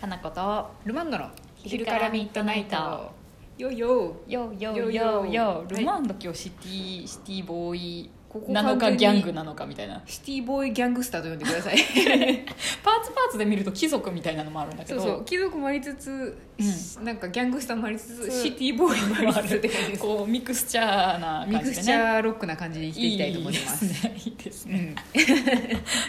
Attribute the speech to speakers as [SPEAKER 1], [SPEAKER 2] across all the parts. [SPEAKER 1] かなこと
[SPEAKER 2] ルマンドの
[SPEAKER 1] 昼からミッドナイト
[SPEAKER 2] よいよ
[SPEAKER 1] よよ
[SPEAKER 2] よ
[SPEAKER 1] よ
[SPEAKER 2] よ
[SPEAKER 1] よ
[SPEAKER 2] よ
[SPEAKER 1] ルマンド今日シティシティボーイ
[SPEAKER 2] ここ
[SPEAKER 1] なのか
[SPEAKER 2] 完
[SPEAKER 1] ギ
[SPEAKER 2] 全
[SPEAKER 1] ャ
[SPEAKER 2] に
[SPEAKER 1] ングなのかみたいな
[SPEAKER 2] シティボーイギャングスターと呼んでくだ さい
[SPEAKER 1] パーツパーツで見ると貴族みたいなのもあるんだけ
[SPEAKER 2] そう
[SPEAKER 1] ど
[SPEAKER 2] そう貴族もありつつ、なんかギャングスターもありつ
[SPEAKER 1] そう
[SPEAKER 2] つシティボーイもありつつって感じです
[SPEAKER 1] こうミクスチャーな
[SPEAKER 2] ミ
[SPEAKER 1] 感
[SPEAKER 2] クス
[SPEAKER 1] じ
[SPEAKER 2] チ
[SPEAKER 1] でね
[SPEAKER 2] ャーロックな感じで生きていきたいと思います
[SPEAKER 1] いいですねいいです
[SPEAKER 2] う
[SPEAKER 1] ね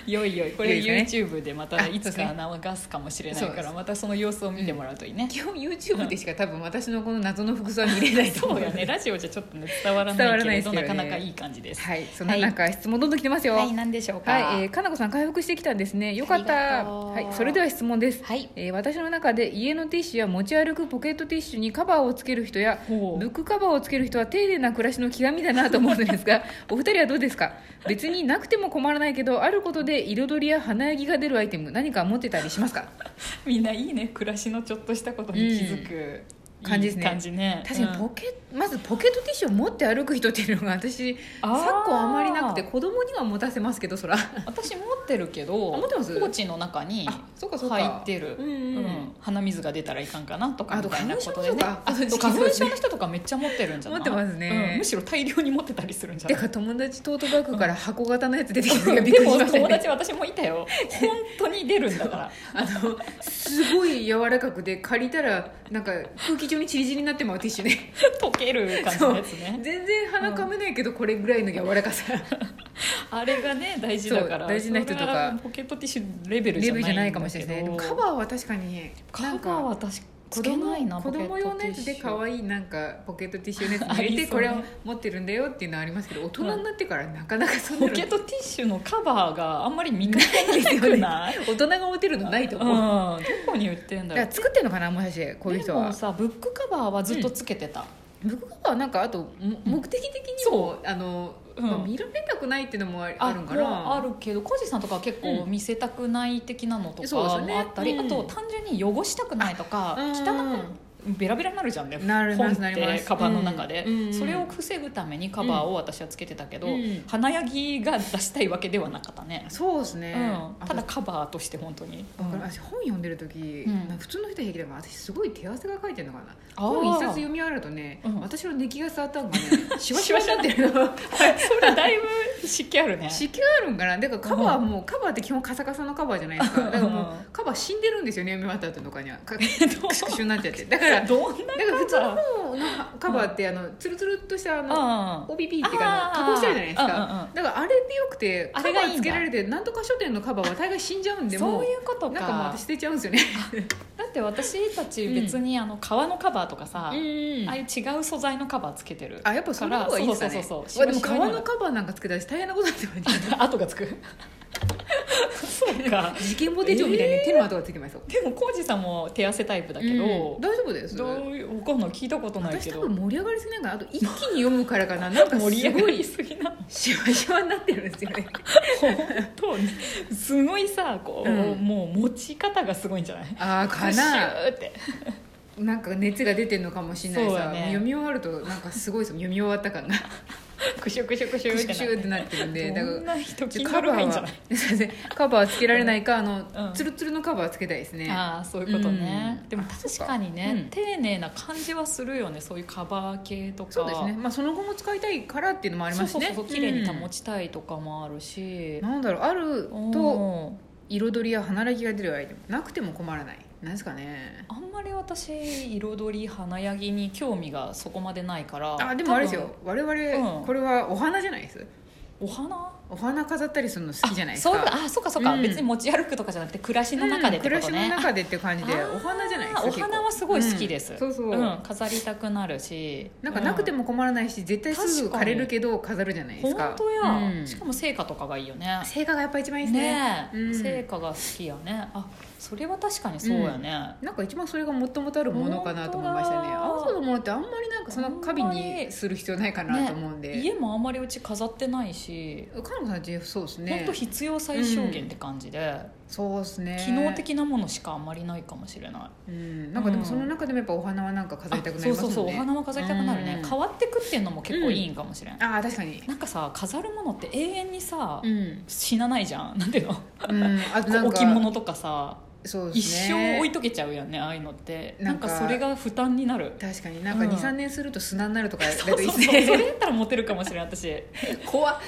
[SPEAKER 2] ん
[SPEAKER 1] よいよいこ
[SPEAKER 2] い
[SPEAKER 1] れ
[SPEAKER 2] いです
[SPEAKER 1] YouTube でま
[SPEAKER 2] あ
[SPEAKER 1] たいつか流すかもしれない
[SPEAKER 2] そう
[SPEAKER 1] か
[SPEAKER 2] です
[SPEAKER 1] らまたその様子を見てもらうといいね
[SPEAKER 2] 基本 YouTube でしか多分私のこの謎の服装は見れないと思
[SPEAKER 1] そううよねラジオじゃちょっとね伝わらないけれど
[SPEAKER 2] 伝わ
[SPEAKER 1] なかな
[SPEAKER 2] らないですけどね
[SPEAKER 1] かいい感じです
[SPEAKER 2] はいそんな中、質問どんどん来てますよ
[SPEAKER 1] は
[SPEAKER 2] はいい、
[SPEAKER 1] 何でしょうか
[SPEAKER 2] えーかなこさん回復してきたんですねよかっ
[SPEAKER 1] ありが
[SPEAKER 2] た
[SPEAKER 1] とう
[SPEAKER 2] はいそれでは質問です
[SPEAKER 1] はい
[SPEAKER 2] えー私の中で家のティッシュや持ち歩くポケットティッシュにカバーをつける人や
[SPEAKER 1] ほう
[SPEAKER 2] ブックカバーをつける人は丁寧な暮らしの極みだなと思うのですが お二人はどうですか別になくても困らないけどあることで彩りや華やぎが出るアイテム何か持ってたりしますか
[SPEAKER 1] みんないいね暮らしのちょっとしたことに気づく、
[SPEAKER 2] うん感じですね
[SPEAKER 1] いい感じね
[SPEAKER 2] 確かに
[SPEAKER 1] うん
[SPEAKER 2] ポケ、まずポケットティッシュを持って歩く人っていうのが私
[SPEAKER 1] あー
[SPEAKER 2] 昨今あまりなくて子供には持たせますけどそら
[SPEAKER 1] 私持ってるけど
[SPEAKER 2] あ持ってます
[SPEAKER 1] ポーチの中に
[SPEAKER 2] あそうかそうか
[SPEAKER 1] 入ってる
[SPEAKER 2] うんうん
[SPEAKER 1] 鼻水が出たらいかんかなとか
[SPEAKER 2] あ
[SPEAKER 1] み
[SPEAKER 2] と
[SPEAKER 1] たいなことでねあ
[SPEAKER 2] 花粉
[SPEAKER 1] と
[SPEAKER 2] 症の人かそう
[SPEAKER 1] 花粉症の人とかめっちゃ持ってるんじゃない
[SPEAKER 2] 持ってますね
[SPEAKER 1] うんむしろ大量に持ってたりするんじゃ
[SPEAKER 2] て
[SPEAKER 1] ない
[SPEAKER 2] か友達トートバッグから箱型のやつ出てき てびっ
[SPEAKER 1] で
[SPEAKER 2] くりし
[SPEAKER 1] も
[SPEAKER 2] ました
[SPEAKER 1] 友
[SPEAKER 2] ね
[SPEAKER 1] 達私もいたよ本当に出るんだ から
[SPEAKER 2] あのすごい柔らかくで借りたらなんか空気中にチリチリになってまうティッシュね
[SPEAKER 1] 溶ける感じのやつね
[SPEAKER 2] 全然鼻かめないけどこれぐらいの柔らか さ
[SPEAKER 1] あれがね大事だから
[SPEAKER 2] そう大事な人と
[SPEAKER 1] そ
[SPEAKER 2] か
[SPEAKER 1] れはポケットティッシュレベルじ
[SPEAKER 2] レ
[SPEAKER 1] ゃ
[SPEAKER 2] ベ
[SPEAKER 1] ないんだけど
[SPEAKER 2] ルじゃないかもしれないでもカバーは確かに
[SPEAKER 1] カ
[SPEAKER 2] なん
[SPEAKER 1] バー
[SPEAKER 2] か
[SPEAKER 1] は私
[SPEAKER 2] 子
[SPEAKER 1] つけないな
[SPEAKER 2] 供子供用のやつで可
[SPEAKER 1] い
[SPEAKER 2] 愛いなんかポケットティッシュのやつに入れ
[SPEAKER 1] あり
[SPEAKER 2] て
[SPEAKER 1] そ
[SPEAKER 2] こ
[SPEAKER 1] うね
[SPEAKER 2] れを持ってるんだよっていうの はありますけど大人になってからなかなかそんな
[SPEAKER 1] ポ
[SPEAKER 2] の
[SPEAKER 1] ケットティッシュのカバーがあんまり見かけなく ない
[SPEAKER 2] 大人が持てるのないと
[SPEAKER 1] う
[SPEAKER 2] 思
[SPEAKER 1] ん
[SPEAKER 2] う、だ
[SPEAKER 1] どこに売ってんだ
[SPEAKER 2] か
[SPEAKER 1] ろう
[SPEAKER 2] ら作ってるのかなもしかしてこういう
[SPEAKER 1] で
[SPEAKER 2] 人は
[SPEAKER 1] もさブックカバーはずっとつけてた、
[SPEAKER 2] ブックカバーはなんかあとも目的的にも、あの、
[SPEAKER 1] うん
[SPEAKER 2] まあ見られたくないっていうのもああるんか
[SPEAKER 1] もう
[SPEAKER 2] な
[SPEAKER 1] あるけどコージさんとかは結構
[SPEAKER 2] うん
[SPEAKER 1] 見せたくない的なのとか
[SPEAKER 2] そうですね
[SPEAKER 1] もあったり、
[SPEAKER 2] うん
[SPEAKER 1] あと単純に汚したくないとか
[SPEAKER 2] うん
[SPEAKER 1] 汚くベラベラになるじゃんね
[SPEAKER 2] なる
[SPEAKER 1] 本っ
[SPEAKER 2] なりますなりま
[SPEAKER 1] て
[SPEAKER 2] す
[SPEAKER 1] カバンの中で、
[SPEAKER 2] うんうん
[SPEAKER 1] それを防ぐためにカバーを私はつけてたけど、
[SPEAKER 2] うん
[SPEAKER 1] 華やぎが出したいわけではなかったね、
[SPEAKER 2] そうですね、
[SPEAKER 1] うん、ただ
[SPEAKER 2] あ
[SPEAKER 1] カバーとして本当に、
[SPEAKER 2] とうん私本読んでる時、
[SPEAKER 1] うん
[SPEAKER 2] なんか普通の人は平気だから私すごい手汗がかいてるのかな
[SPEAKER 1] あー
[SPEAKER 2] 本一冊読み終わるとね、
[SPEAKER 1] うん
[SPEAKER 2] 私の熱気が伝わったのがねシワシワになってるの
[SPEAKER 1] それだいぶ 湿気あるね
[SPEAKER 2] 湿気があるんかなだからカバーも、カバーって基本カサカサのカバーじゃないですかだからもう、
[SPEAKER 1] うん
[SPEAKER 2] カバー死んでるんですよね読み終わった後とかには かクシ
[SPEAKER 1] どう
[SPEAKER 2] ュクシュになっちゃってだからだか
[SPEAKER 1] どんな
[SPEAKER 2] ら普通
[SPEAKER 1] カバー
[SPEAKER 2] の本のカバーってあのツルツルっとしたあの、
[SPEAKER 1] うん
[SPEAKER 2] OBP っていうかあの加工してるじゃないです
[SPEAKER 1] あーうんうん
[SPEAKER 2] か
[SPEAKER 1] う
[SPEAKER 2] だからあれでよくて
[SPEAKER 1] あ
[SPEAKER 2] カ
[SPEAKER 1] れが
[SPEAKER 2] バ
[SPEAKER 1] いいんだ
[SPEAKER 2] ーつけられてなんとか書店のカバーは大概死んじゃうんでも
[SPEAKER 1] そういうことか
[SPEAKER 2] なんかもう私捨てちゃうんですよね
[SPEAKER 1] だって私たち別にあの革のカバーとかさ、ああ
[SPEAKER 2] あ
[SPEAKER 1] いう違う素材のカバーつけてる
[SPEAKER 2] あやっぱその方がいいですか
[SPEAKER 1] そう
[SPEAKER 2] ね
[SPEAKER 1] そうそうそう
[SPEAKER 2] うわでも革の
[SPEAKER 1] カ
[SPEAKER 2] カバーなんかつけたら大変なことになってま
[SPEAKER 1] 後がつくそうか
[SPEAKER 2] す事件簿手帳みたいに手の跡がついてますよ
[SPEAKER 1] でも浩二さんも手汗タイプだ
[SPEAKER 2] だ
[SPEAKER 1] けど、
[SPEAKER 2] 大丈夫です
[SPEAKER 1] どういうわかんない聞いたことない
[SPEAKER 2] 私
[SPEAKER 1] けど
[SPEAKER 2] 多分盛り上がりすぎないからあと一気に読むからかななんかす
[SPEAKER 1] 盛り上
[SPEAKER 2] ご
[SPEAKER 1] がり
[SPEAKER 2] い
[SPEAKER 1] すぎなの
[SPEAKER 2] シワシワになってるんですよ ね
[SPEAKER 1] 本当にすごいさこう、
[SPEAKER 2] うん
[SPEAKER 1] もう持ち方がすごいんじゃない
[SPEAKER 2] ああか
[SPEAKER 1] シ
[SPEAKER 2] な
[SPEAKER 1] ューって
[SPEAKER 2] なんか熱が出てるのかもしれない
[SPEAKER 1] そうだ
[SPEAKER 2] さ、
[SPEAKER 1] ね
[SPEAKER 2] もう読み終わるとなんかすごいです読み終わった 感が
[SPEAKER 1] クシュクシュクシュ
[SPEAKER 2] ク
[SPEAKER 1] っ
[SPEAKER 2] シ
[SPEAKER 1] て
[SPEAKER 2] ュクシュってなってるんで
[SPEAKER 1] な
[SPEAKER 2] だ
[SPEAKER 1] る
[SPEAKER 2] から
[SPEAKER 1] どんな人
[SPEAKER 2] ち
[SPEAKER 1] 気
[SPEAKER 2] ょカ
[SPEAKER 1] 軽
[SPEAKER 2] バ
[SPEAKER 1] がいい
[SPEAKER 2] ー
[SPEAKER 1] んじゃ
[SPEAKER 2] は
[SPEAKER 1] ない
[SPEAKER 2] すいませんカバーはつけられないかあ
[SPEAKER 1] うん
[SPEAKER 2] のツルツルのカバーはつけたいですね
[SPEAKER 1] ああそういうことね、
[SPEAKER 2] うん
[SPEAKER 1] でも
[SPEAKER 2] あ
[SPEAKER 1] 確かにね、
[SPEAKER 2] そっかうん
[SPEAKER 1] 丁寧な感じはするよねそういうカバー系とか
[SPEAKER 2] そうですねまあその後も使いたいからっていうのもあり
[SPEAKER 1] そ
[SPEAKER 2] ま
[SPEAKER 1] う
[SPEAKER 2] すし
[SPEAKER 1] そう
[SPEAKER 2] ね
[SPEAKER 1] そう綺麗に保
[SPEAKER 2] ち
[SPEAKER 1] ちたいとかもあるし、
[SPEAKER 2] なんだろうあると
[SPEAKER 1] と
[SPEAKER 2] 彩りや華らぎが出るアイテムなくても困らないなんですかね
[SPEAKER 1] あんまり私彩り華やぎに興味がそこまでないから
[SPEAKER 2] あでもあれですよ我
[SPEAKER 1] うん
[SPEAKER 2] 々これはお花じゃないです
[SPEAKER 1] 多分お花
[SPEAKER 2] お花飾ったりするの好きじゃないです
[SPEAKER 1] そういう
[SPEAKER 2] か
[SPEAKER 1] あそうかそうか、
[SPEAKER 2] うん
[SPEAKER 1] 別に持ち歩くとかじゃなくて暮らし
[SPEAKER 2] う
[SPEAKER 1] の
[SPEAKER 2] ん
[SPEAKER 1] 中でって
[SPEAKER 2] 暮
[SPEAKER 1] こと
[SPEAKER 2] らしの
[SPEAKER 1] ね、
[SPEAKER 2] 中でっていう感じで
[SPEAKER 1] あー
[SPEAKER 2] お花じゃないですか
[SPEAKER 1] お
[SPEAKER 2] 結構
[SPEAKER 1] 花はすごい好きです、
[SPEAKER 2] うんそうそう
[SPEAKER 1] うん飾りたくなるし
[SPEAKER 2] なんかなくても困らないし絶対すぐ枯れるけど飾るじゃないですか
[SPEAKER 1] 本当や、
[SPEAKER 2] うん
[SPEAKER 1] しかも成果とかがいいよね
[SPEAKER 2] 成果がやっぱ一番いいですね
[SPEAKER 1] ねえ、
[SPEAKER 2] うん
[SPEAKER 1] 成果が好きやねあそれは確かにそうやね、
[SPEAKER 2] なんか一番それがもともとあるものかなと思いました
[SPEAKER 1] 本
[SPEAKER 2] ね
[SPEAKER 1] 当だ
[SPEAKER 2] 合わせのものってあんまりなんかそんな花瓶にする必要ないかなと思うんで、
[SPEAKER 1] 家もあんまりうち飾ってないし、
[SPEAKER 2] かのこさんちそうです
[SPEAKER 1] ほん
[SPEAKER 2] ね
[SPEAKER 1] と必要最小限って感じで、
[SPEAKER 2] そうですね
[SPEAKER 1] 機能、的なものしかあんまりないかもしれない
[SPEAKER 2] うん、なんかでもその中でもやっぱお花はなんか飾りたくなり
[SPEAKER 1] あ
[SPEAKER 2] ます
[SPEAKER 1] そう
[SPEAKER 2] もん
[SPEAKER 1] そう
[SPEAKER 2] ね
[SPEAKER 1] そうお花は飾りたくなるね、
[SPEAKER 2] うん
[SPEAKER 1] 変わってくっていうのも結構いいんかもしれん、
[SPEAKER 2] ああ確かに
[SPEAKER 1] なんかさ飾るものって永遠にさ、
[SPEAKER 2] うん、
[SPEAKER 1] 死なないじゃんなんていうの
[SPEAKER 2] うん、あとなんか
[SPEAKER 1] 置物とかさ
[SPEAKER 2] そうで
[SPEAKER 1] 一
[SPEAKER 2] す
[SPEAKER 1] 生
[SPEAKER 2] ね
[SPEAKER 1] 置いとけちゃうよねああいうのって
[SPEAKER 2] な
[SPEAKER 1] なんん
[SPEAKER 2] か
[SPEAKER 1] かそれが負担になる
[SPEAKER 2] 確かになんか
[SPEAKER 1] うん
[SPEAKER 2] 23年すると砂になるとかだ
[SPEAKER 1] そう
[SPEAKER 2] といい
[SPEAKER 1] そう
[SPEAKER 2] です
[SPEAKER 1] そうそれ
[SPEAKER 2] ね
[SPEAKER 1] だったらモテるかもしれん私
[SPEAKER 2] 怖っ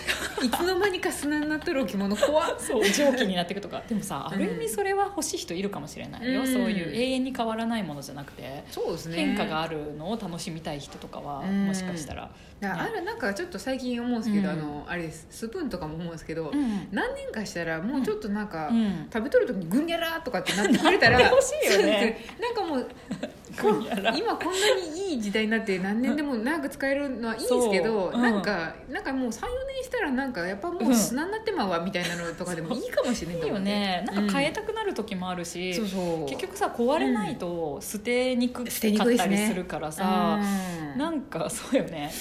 [SPEAKER 2] いつの間にか砂になっとる置物怖っ
[SPEAKER 1] そう蒸気になっていくとかでもさ
[SPEAKER 2] う
[SPEAKER 1] あ
[SPEAKER 2] ん
[SPEAKER 1] る意味それは欲しい人いるかもしれないよ、
[SPEAKER 2] うん
[SPEAKER 1] そういう永遠に変わらないものじゃなくて
[SPEAKER 2] そうですね
[SPEAKER 1] 変化があるのを楽しみたい人とかは、
[SPEAKER 2] うん
[SPEAKER 1] もしかしたら、
[SPEAKER 2] だからあるなんかちょっと最近思うんですけど、
[SPEAKER 1] うん
[SPEAKER 2] あのあれですスプーンとかも思うんですけど、
[SPEAKER 1] ん
[SPEAKER 2] 何年かしたらもうちょっとなんか、
[SPEAKER 1] うん、
[SPEAKER 2] 食べとる時にグニャラーとかってなってくれたら
[SPEAKER 1] なってほしいよね
[SPEAKER 2] なんかもう
[SPEAKER 1] グニャラ
[SPEAKER 2] 今こんなにいい時代になって何年でも長く使えるのはいいんですけ
[SPEAKER 1] そう
[SPEAKER 2] ど、
[SPEAKER 1] うん
[SPEAKER 2] なんかなんかもう34年したらなんかやっぱもう砂になってまうわみたいなのとかでもいいかもしれない
[SPEAKER 1] い
[SPEAKER 2] と
[SPEAKER 1] い
[SPEAKER 2] 思
[SPEAKER 1] よ
[SPEAKER 2] って
[SPEAKER 1] ねなんか変えたくなる時もあるし、
[SPEAKER 2] そうそう
[SPEAKER 1] 結局さ壊れないと捨てにくか
[SPEAKER 2] 捨てにくい
[SPEAKER 1] っ
[SPEAKER 2] です
[SPEAKER 1] た
[SPEAKER 2] ね
[SPEAKER 1] りするからさ、
[SPEAKER 2] うん
[SPEAKER 1] なんかそうよ ね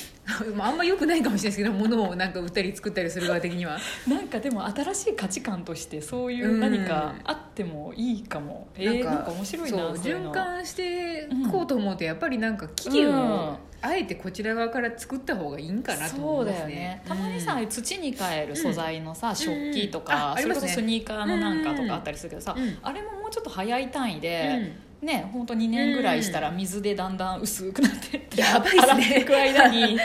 [SPEAKER 2] まああんま良くないかもしれないですけど物をなんか売ったり作ったりする側的には
[SPEAKER 1] なんかでも新しい価値観としてそういううん何かあってもいいかも、えー、なんか面白いな
[SPEAKER 2] そう
[SPEAKER 1] そういうの
[SPEAKER 2] 循環してこうと思うとやっぱりなんか期
[SPEAKER 1] う
[SPEAKER 2] 限
[SPEAKER 1] ん
[SPEAKER 2] をあえてこちら側から作った方がいいんかなと
[SPEAKER 1] そう
[SPEAKER 2] 思いま
[SPEAKER 1] だ
[SPEAKER 2] す
[SPEAKER 1] よ
[SPEAKER 2] ね
[SPEAKER 1] ねたまにさ、
[SPEAKER 2] うん
[SPEAKER 1] 土に変える素材のさ、食器と
[SPEAKER 2] うん
[SPEAKER 1] か、
[SPEAKER 2] ああり
[SPEAKER 1] そ
[SPEAKER 2] ま
[SPEAKER 1] れ
[SPEAKER 2] す
[SPEAKER 1] こ
[SPEAKER 2] ね
[SPEAKER 1] そスニーカーのなんかとかあったりするけどさ、
[SPEAKER 2] うん
[SPEAKER 1] あれももうちょっと早い単位
[SPEAKER 2] う
[SPEAKER 1] で、
[SPEAKER 2] ん
[SPEAKER 1] ねほんと2年ぐらいしたら水でだんだん薄くなってって、
[SPEAKER 2] やばいっすね
[SPEAKER 1] 洗っていく間 に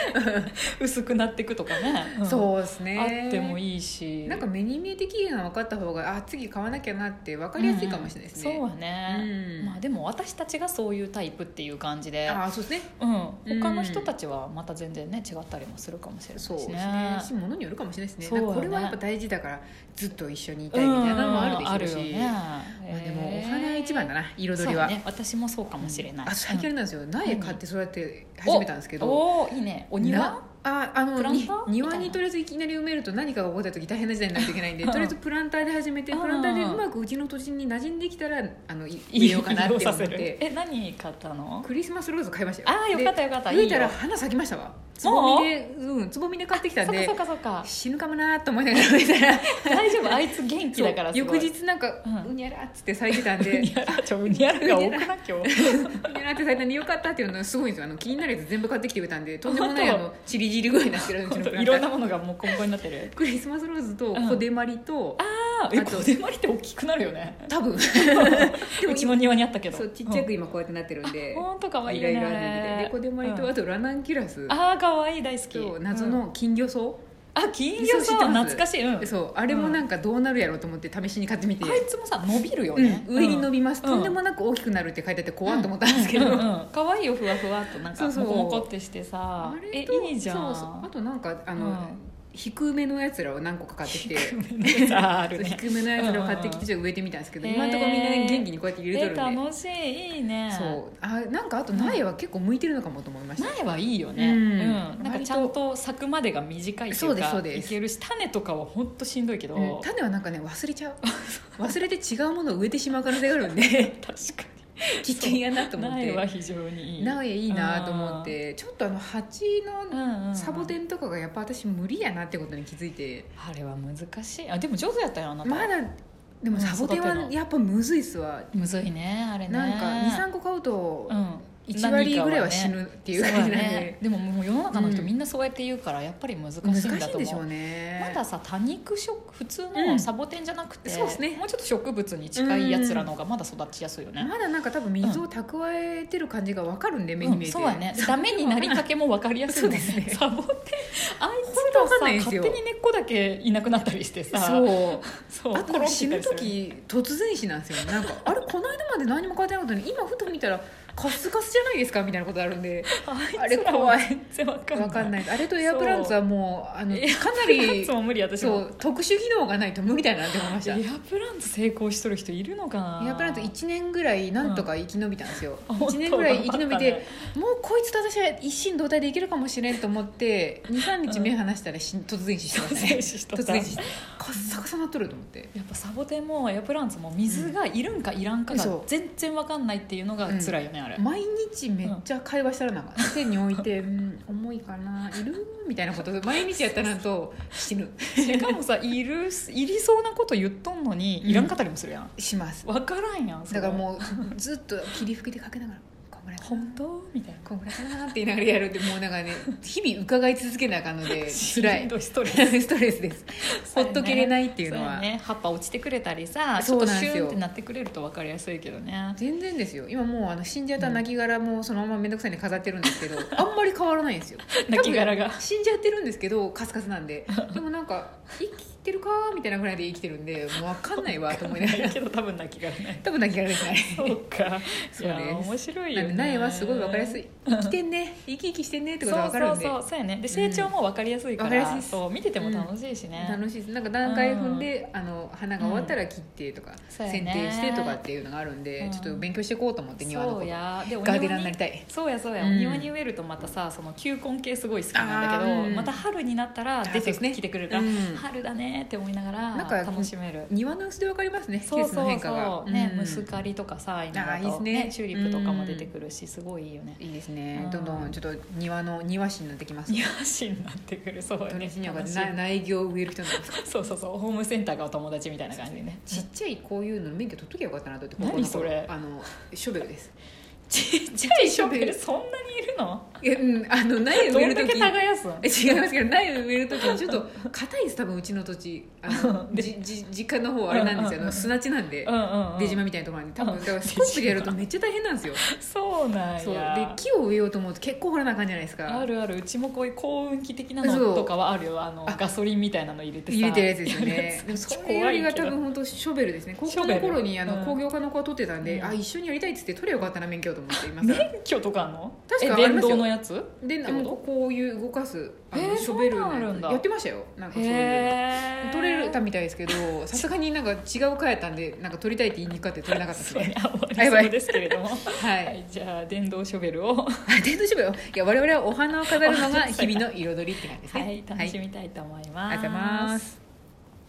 [SPEAKER 1] 薄くなっていくとかね、うん
[SPEAKER 2] そうですね
[SPEAKER 1] あっても
[SPEAKER 2] い
[SPEAKER 1] いいし
[SPEAKER 2] なんか目に見えて期限が分かった方があ次買わなきゃなって分かりやすいかもしれないですね、
[SPEAKER 1] うんそうはね、
[SPEAKER 2] うん
[SPEAKER 1] まあ、でも私たちがそういうタイプっていう感じで、
[SPEAKER 2] ああそうですね
[SPEAKER 1] うん、
[SPEAKER 2] うん
[SPEAKER 1] 他の人たちはまた全然ね違ったりもするかもしれないし
[SPEAKER 2] そう
[SPEAKER 1] ね
[SPEAKER 2] ですねし物によるかもしれないです
[SPEAKER 1] そ
[SPEAKER 2] ね
[SPEAKER 1] うだ
[SPEAKER 2] なん
[SPEAKER 1] ね
[SPEAKER 2] かこれはやっぱ大事だからずっと一緒にいた
[SPEAKER 1] う
[SPEAKER 2] いみ
[SPEAKER 1] ん
[SPEAKER 2] たいなのもあるで
[SPEAKER 1] あ
[SPEAKER 2] しょう
[SPEAKER 1] るよ
[SPEAKER 2] し、
[SPEAKER 1] ね、
[SPEAKER 2] まあ、でもお
[SPEAKER 1] えー
[SPEAKER 2] 花が一番だな彩り
[SPEAKER 1] そう
[SPEAKER 2] は、
[SPEAKER 1] ね私もそうかもしれない、
[SPEAKER 2] あ最近あ
[SPEAKER 1] う
[SPEAKER 2] れ
[SPEAKER 1] ん
[SPEAKER 2] なんですよ、苗買ってそうやって始めたんですけど、
[SPEAKER 1] おおーいいねお
[SPEAKER 2] な
[SPEAKER 1] 庭
[SPEAKER 2] ああの
[SPEAKER 1] プランター
[SPEAKER 2] に庭
[SPEAKER 1] みたい
[SPEAKER 2] に
[SPEAKER 1] な
[SPEAKER 2] とりあえずいきなり埋めると何かが起こった時大変な時代になっていけないん でとりあえずプランターで始めて
[SPEAKER 1] うん
[SPEAKER 2] プランターでうまくうちの土地に馴染んできたらあのい
[SPEAKER 1] い
[SPEAKER 2] 入れ
[SPEAKER 1] い
[SPEAKER 2] ようかなって思
[SPEAKER 1] さ
[SPEAKER 2] っ
[SPEAKER 1] せる
[SPEAKER 2] て
[SPEAKER 1] え何買ったの
[SPEAKER 2] クリスマスローズ買いましたよ
[SPEAKER 1] ああよかったよかった
[SPEAKER 2] で植
[SPEAKER 1] い
[SPEAKER 2] え
[SPEAKER 1] い
[SPEAKER 2] たら
[SPEAKER 1] よ
[SPEAKER 2] 花咲きましたわつ
[SPEAKER 1] も
[SPEAKER 2] ぼ
[SPEAKER 1] う
[SPEAKER 2] みでうんつぼみで買ってきたんで
[SPEAKER 1] そっかそっか
[SPEAKER 2] 死ぬかもなーと思いながら植えた ら
[SPEAKER 1] そっか大丈夫あいつ元気だから
[SPEAKER 2] そう
[SPEAKER 1] すご
[SPEAKER 2] 翌
[SPEAKER 1] い
[SPEAKER 2] 日なんか
[SPEAKER 1] うん
[SPEAKER 2] うにゃらっつって咲いてたんでう
[SPEAKER 1] う
[SPEAKER 2] に
[SPEAKER 1] にゃらちょうにゃらが多くな今日
[SPEAKER 2] ゃらって咲いたんでよかったっていうのがすごいんですよあの気になるやつ全部買ってきて植えた んでとんでもないあのチリジリぐらいになって るうちのプラン
[SPEAKER 1] い
[SPEAKER 2] タ
[SPEAKER 1] ろ
[SPEAKER 2] ー
[SPEAKER 1] んなものがもうこんこになってる
[SPEAKER 2] クリスマスローズ
[SPEAKER 1] う
[SPEAKER 2] と
[SPEAKER 1] ん
[SPEAKER 2] コデマリと、
[SPEAKER 1] あ
[SPEAKER 2] あ
[SPEAKER 1] あ
[SPEAKER 2] と
[SPEAKER 1] 小手まりって大きくなるよね
[SPEAKER 2] 多分でも
[SPEAKER 1] うちの
[SPEAKER 2] 今
[SPEAKER 1] 庭にあったけど
[SPEAKER 2] そうちっちゃく
[SPEAKER 1] うん
[SPEAKER 2] 今こうやってなってるんで、
[SPEAKER 1] ほんとかわいい
[SPEAKER 2] い
[SPEAKER 1] よ
[SPEAKER 2] ろ
[SPEAKER 1] ね
[SPEAKER 2] いろあるみたいでコデマリと
[SPEAKER 1] うん
[SPEAKER 2] あとラナンキュラス
[SPEAKER 1] ああかわいい大好き
[SPEAKER 2] と謎
[SPEAKER 1] うん
[SPEAKER 2] の金魚草、
[SPEAKER 1] あ金魚
[SPEAKER 2] そう知
[SPEAKER 1] さ
[SPEAKER 2] ってます
[SPEAKER 1] 懐かしいうんあ
[SPEAKER 2] でそうあれもなんかどうなるやろうと思って試しに買ってみて、
[SPEAKER 1] いつもさ伸びるよ
[SPEAKER 2] う
[SPEAKER 1] ね
[SPEAKER 2] ん、上に伸びます、
[SPEAKER 1] うん
[SPEAKER 2] とんでもなく大きくなるって書いてあって怖っと思ったんですけど、
[SPEAKER 1] うんうんうん可愛いよふわふわっとなん
[SPEAKER 2] そう
[SPEAKER 1] か
[SPEAKER 2] そう
[SPEAKER 1] モコモコってしてさ
[SPEAKER 2] あ
[SPEAKER 1] え
[SPEAKER 2] れと
[SPEAKER 1] いいじゃ
[SPEAKER 2] そうそうあ
[SPEAKER 1] ん
[SPEAKER 2] となんかあの、
[SPEAKER 1] うん
[SPEAKER 2] 低めのやつらを何個か買ってきて
[SPEAKER 1] さあるね
[SPEAKER 2] 低めのやつらを買ってきてちょっと植えてみたんですけど、
[SPEAKER 1] うんうん
[SPEAKER 2] 今のところみんな、ね、元気にこうやって入れと
[SPEAKER 1] え
[SPEAKER 2] るんで、
[SPEAKER 1] 楽しいいいね
[SPEAKER 2] そうあなんかあと苗は結構向いてるのかもと思いました、
[SPEAKER 1] 苗はいいよね、
[SPEAKER 2] う
[SPEAKER 1] うんんなんかちゃんと咲くまでが短いってい
[SPEAKER 2] そう
[SPEAKER 1] う
[SPEAKER 2] ですそ
[SPEAKER 1] か
[SPEAKER 2] うです
[SPEAKER 1] いけるし種とかは本当しんどいけど、
[SPEAKER 2] うん種はなんかね忘れちゃ う忘れて違うものを植えてしまう可能性があるんで
[SPEAKER 1] 確か
[SPEAKER 2] 危険やなと
[SPEAKER 1] に
[SPEAKER 2] 思っ
[SPEAKER 1] 苗は
[SPEAKER 2] て
[SPEAKER 1] 非常にいい
[SPEAKER 2] 苗いいなと思ってちょっとあの鉢
[SPEAKER 1] うん
[SPEAKER 2] の
[SPEAKER 1] うんうん
[SPEAKER 2] サボテンとかがやっぱ私無理やなってことに気づいて
[SPEAKER 1] あれは難しいあでも上手やったよあなた、
[SPEAKER 2] まだでも
[SPEAKER 1] うん
[SPEAKER 2] サボテンは
[SPEAKER 1] 育ての
[SPEAKER 2] やっぱむずいっすわ
[SPEAKER 1] むずいねあれね
[SPEAKER 2] なんか23個買うと
[SPEAKER 1] うん
[SPEAKER 2] 1割ぐら
[SPEAKER 1] 何
[SPEAKER 2] いは
[SPEAKER 1] か
[SPEAKER 2] 死
[SPEAKER 1] ね
[SPEAKER 2] ぬっていう感じなん
[SPEAKER 1] そうだね
[SPEAKER 2] で
[SPEAKER 1] でももう世の中の人
[SPEAKER 2] うん
[SPEAKER 1] みんなそうやって言うからやっぱり難しいん
[SPEAKER 2] 難しい
[SPEAKER 1] だと思うん
[SPEAKER 2] でしょうね
[SPEAKER 1] まださ多肉食普通
[SPEAKER 2] うん
[SPEAKER 1] のサボテンじゃなくて、
[SPEAKER 2] そうですね
[SPEAKER 1] もうちょっと植物に近いやつらの方がまだ育ちやすいよね、
[SPEAKER 2] まだなんか多分水を蓄えてる感じが分かるんで目に見えて、
[SPEAKER 1] うんそうやねダメになりかけも分かりやすいもんね
[SPEAKER 2] そうですね
[SPEAKER 1] サボテンあい
[SPEAKER 2] 本当わかん
[SPEAKER 1] つ
[SPEAKER 2] ない
[SPEAKER 1] ら
[SPEAKER 2] で
[SPEAKER 1] さ
[SPEAKER 2] す
[SPEAKER 1] 勝
[SPEAKER 2] よ
[SPEAKER 1] 手に根っこだけいなくなったりしてさ
[SPEAKER 2] そう
[SPEAKER 1] そう
[SPEAKER 2] あと死ぬ
[SPEAKER 1] 転んで
[SPEAKER 2] 時突然死なんですよなんかあれこの間まで何も変わってなかったのに今ふと見たらカスカスじゃないですかみたいなことあるんであ
[SPEAKER 1] た
[SPEAKER 2] れ
[SPEAKER 1] りする
[SPEAKER 2] 怖い
[SPEAKER 1] あいつらは全然
[SPEAKER 2] 分
[SPEAKER 1] 分か
[SPEAKER 2] か
[SPEAKER 1] ん
[SPEAKER 2] ん
[SPEAKER 1] ない
[SPEAKER 2] な いあれとエアプランツはもうあの
[SPEAKER 1] エ
[SPEAKER 2] かなり
[SPEAKER 1] いつも無理私
[SPEAKER 2] そ
[SPEAKER 1] も
[SPEAKER 2] う特殊技能がないと無理だなって思いまし
[SPEAKER 1] エア
[SPEAKER 2] たエ
[SPEAKER 1] プランツ成功しとる人いるのかな
[SPEAKER 2] アプランツ1年ぐらいなんとか生き延びたんですよ、
[SPEAKER 1] あ
[SPEAKER 2] 1年ぐらい生き延びて、
[SPEAKER 1] 本
[SPEAKER 2] もうこいつと私は一心同体でいけるかもしれんと思って23日目離したら死ん突然死してま
[SPEAKER 1] 突
[SPEAKER 2] すね
[SPEAKER 1] 然死しと
[SPEAKER 2] 突
[SPEAKER 1] った
[SPEAKER 2] 然死してカッサカサなっとると思って
[SPEAKER 1] やっぱサボテンもエアプランツも水がいるんかいらんかが
[SPEAKER 2] そう
[SPEAKER 1] 全然わかんないっていうのが辛いよね、あれ、
[SPEAKER 2] 毎日めっちゃ会話したらなんか手に置いて「うん重いかないる?」みたいなこと毎日やったらと死ぬ
[SPEAKER 1] しかもさいるいりそうなこと言っとんのに、
[SPEAKER 2] うん
[SPEAKER 1] いらんかったりもするやん
[SPEAKER 2] します
[SPEAKER 1] わからんやんそれ
[SPEAKER 2] だからもうずっと霧吹きでかけながら「ここれ
[SPEAKER 1] 本当みたいな
[SPEAKER 2] これかなって言いながらやるってもうな んかね日々伺い続けなあかんので辛
[SPEAKER 1] しん
[SPEAKER 2] い
[SPEAKER 1] どいストレス
[SPEAKER 2] ストレスですほっとけれない
[SPEAKER 1] っ
[SPEAKER 2] いっていうのは
[SPEAKER 1] ね葉っぱ落ちてくれたりさち
[SPEAKER 2] そ
[SPEAKER 1] ょっ
[SPEAKER 2] う
[SPEAKER 1] と
[SPEAKER 2] なん
[SPEAKER 1] シ
[SPEAKER 2] ですよ
[SPEAKER 1] ュンってなってくれると分かりやすいけどね
[SPEAKER 2] 全然ですよ今もうあの死んじゃった亡きもそのまま面倒くさいんで飾ってるんです けど、あんまり変わらないんですよ
[SPEAKER 1] 亡きがが
[SPEAKER 2] 多分死んじゃってるんですけどカスカスな んででもなんか生きてるかみたいなぐらいで生きてるんでもう分かんないわと思いながら
[SPEAKER 1] けど多分亡きがらない
[SPEAKER 2] 多分亡きがらですね
[SPEAKER 1] そうかい
[SPEAKER 2] そうです
[SPEAKER 1] や面白い
[SPEAKER 2] な
[SPEAKER 1] よ
[SPEAKER 2] んで
[SPEAKER 1] ね
[SPEAKER 2] 苗はすごい分かりやす
[SPEAKER 1] い
[SPEAKER 2] い生きてんね生き生きしてんねってことが分かるんで
[SPEAKER 1] そうそうそうそうやねで成長も分かりやすいか、
[SPEAKER 2] うん分からりやすいです
[SPEAKER 1] そう見てても楽しいしね、
[SPEAKER 2] 楽しいですなんか段階踏んで、あの花が終わったら切ってとか、
[SPEAKER 1] そうやね
[SPEAKER 2] 剪定してとかっていうのがあるんで、
[SPEAKER 1] うん
[SPEAKER 2] ちょっと勉強していこうと思って庭の
[SPEAKER 1] そう
[SPEAKER 2] こと
[SPEAKER 1] やでお
[SPEAKER 2] ガーデ
[SPEAKER 1] 庭
[SPEAKER 2] ナーになりたい
[SPEAKER 1] そうやそうや、
[SPEAKER 2] うん
[SPEAKER 1] お庭に植えるとまたさその球根系すごい好きなんだけ
[SPEAKER 2] あ
[SPEAKER 1] ど、
[SPEAKER 2] ーうん
[SPEAKER 1] また春になったら出
[SPEAKER 2] そうで
[SPEAKER 1] て
[SPEAKER 2] すね
[SPEAKER 1] きてくるから、
[SPEAKER 2] うん
[SPEAKER 1] 春だねって思いなが
[SPEAKER 2] なん
[SPEAKER 1] ら
[SPEAKER 2] か
[SPEAKER 1] 楽しめる
[SPEAKER 2] 庭の様子で分かりますね季
[SPEAKER 1] そう
[SPEAKER 2] 節の
[SPEAKER 1] そ
[SPEAKER 2] 変
[SPEAKER 1] う
[SPEAKER 2] 化が
[SPEAKER 1] そうね
[SPEAKER 2] うん
[SPEAKER 1] ムスカリとかさ今だ
[SPEAKER 2] あーいいで
[SPEAKER 1] と
[SPEAKER 2] すね
[SPEAKER 1] チューリップとかも出てくるしすごいいいよね
[SPEAKER 2] いいですね、
[SPEAKER 1] うん
[SPEAKER 2] どんどんちょっと庭の庭師になってきます
[SPEAKER 1] 庭師になってくるそうや
[SPEAKER 2] 土
[SPEAKER 1] ね
[SPEAKER 2] 日には
[SPEAKER 1] 楽しい
[SPEAKER 2] な苗木を植える人なんです
[SPEAKER 1] そうそうそうホームセンターがお友達みたいな感じでね
[SPEAKER 2] ちっちゃいこういうの免許取っときゃよかったなと思って
[SPEAKER 1] 何
[SPEAKER 2] 高校の
[SPEAKER 1] そ
[SPEAKER 2] 頃
[SPEAKER 1] れ
[SPEAKER 2] あのショベルです
[SPEAKER 1] ちっちゃいショベルそんなにいるの
[SPEAKER 2] いやうんあの苗を
[SPEAKER 1] ど
[SPEAKER 2] 植え
[SPEAKER 1] ん
[SPEAKER 2] る
[SPEAKER 1] だ
[SPEAKER 2] 時
[SPEAKER 1] け耕すの
[SPEAKER 2] え違いますけど苗を植える時にちょっと硬いです多分うちの土地あ の
[SPEAKER 1] で
[SPEAKER 2] じじ実家の方あれなんですよあの砂地なんで
[SPEAKER 1] うんうん、うん、
[SPEAKER 2] 出島みたいなところに多分だから
[SPEAKER 1] うん
[SPEAKER 2] スコップでやるとめっちゃ大変なんですよ
[SPEAKER 1] そうなんや
[SPEAKER 2] そうで木を植えようと思うと結構掘らなあかんじゃないです
[SPEAKER 1] あ
[SPEAKER 2] か
[SPEAKER 1] るあるうちもこういう幸運期的な
[SPEAKER 2] そ
[SPEAKER 1] の
[SPEAKER 2] う
[SPEAKER 1] とかはあるよあの
[SPEAKER 2] あ
[SPEAKER 1] ガソリンみたいなの入れてさ
[SPEAKER 2] 入れてるやつですよね でも
[SPEAKER 1] ちょっ
[SPEAKER 2] そ
[SPEAKER 1] と
[SPEAKER 2] れよ
[SPEAKER 1] 怖い
[SPEAKER 2] り
[SPEAKER 1] け
[SPEAKER 2] は
[SPEAKER 1] ど
[SPEAKER 2] 多分本当ショベルですね高
[SPEAKER 1] ショ
[SPEAKER 2] 校
[SPEAKER 1] ベ
[SPEAKER 2] の
[SPEAKER 1] ル
[SPEAKER 2] 頃にあの
[SPEAKER 1] うん
[SPEAKER 2] 工業科の子は取ってたんで、
[SPEAKER 1] うん
[SPEAKER 2] あ一緒にやりたいっつって取れよかったな免許と思って今更
[SPEAKER 1] 免許とかあんの
[SPEAKER 2] 確か
[SPEAKER 1] え
[SPEAKER 2] あり
[SPEAKER 1] 電
[SPEAKER 2] ますよ
[SPEAKER 1] 動のやつ
[SPEAKER 2] で
[SPEAKER 1] てこと
[SPEAKER 2] もうこういう動かすあの、
[SPEAKER 1] えー
[SPEAKER 2] ショベルの
[SPEAKER 1] そんなんあ
[SPEAKER 2] や
[SPEAKER 1] るん
[SPEAKER 2] つ
[SPEAKER 1] だ
[SPEAKER 2] やってましたよなんかそういうの
[SPEAKER 1] へえ
[SPEAKER 2] 取れたみたいですけどさすがになんか違う科やったんでなんか取りたいって言いにくかって取れなかったです
[SPEAKER 1] そう
[SPEAKER 2] ね
[SPEAKER 1] ね終わりそうですけれどもは
[SPEAKER 2] はい、
[SPEAKER 1] いじゃあ電動ショベルを
[SPEAKER 2] 伝統ショベルいや我々はお花を飾るのが日々の彩りって感じですね
[SPEAKER 1] はい楽しみたいと思います、
[SPEAKER 2] ありがとうございます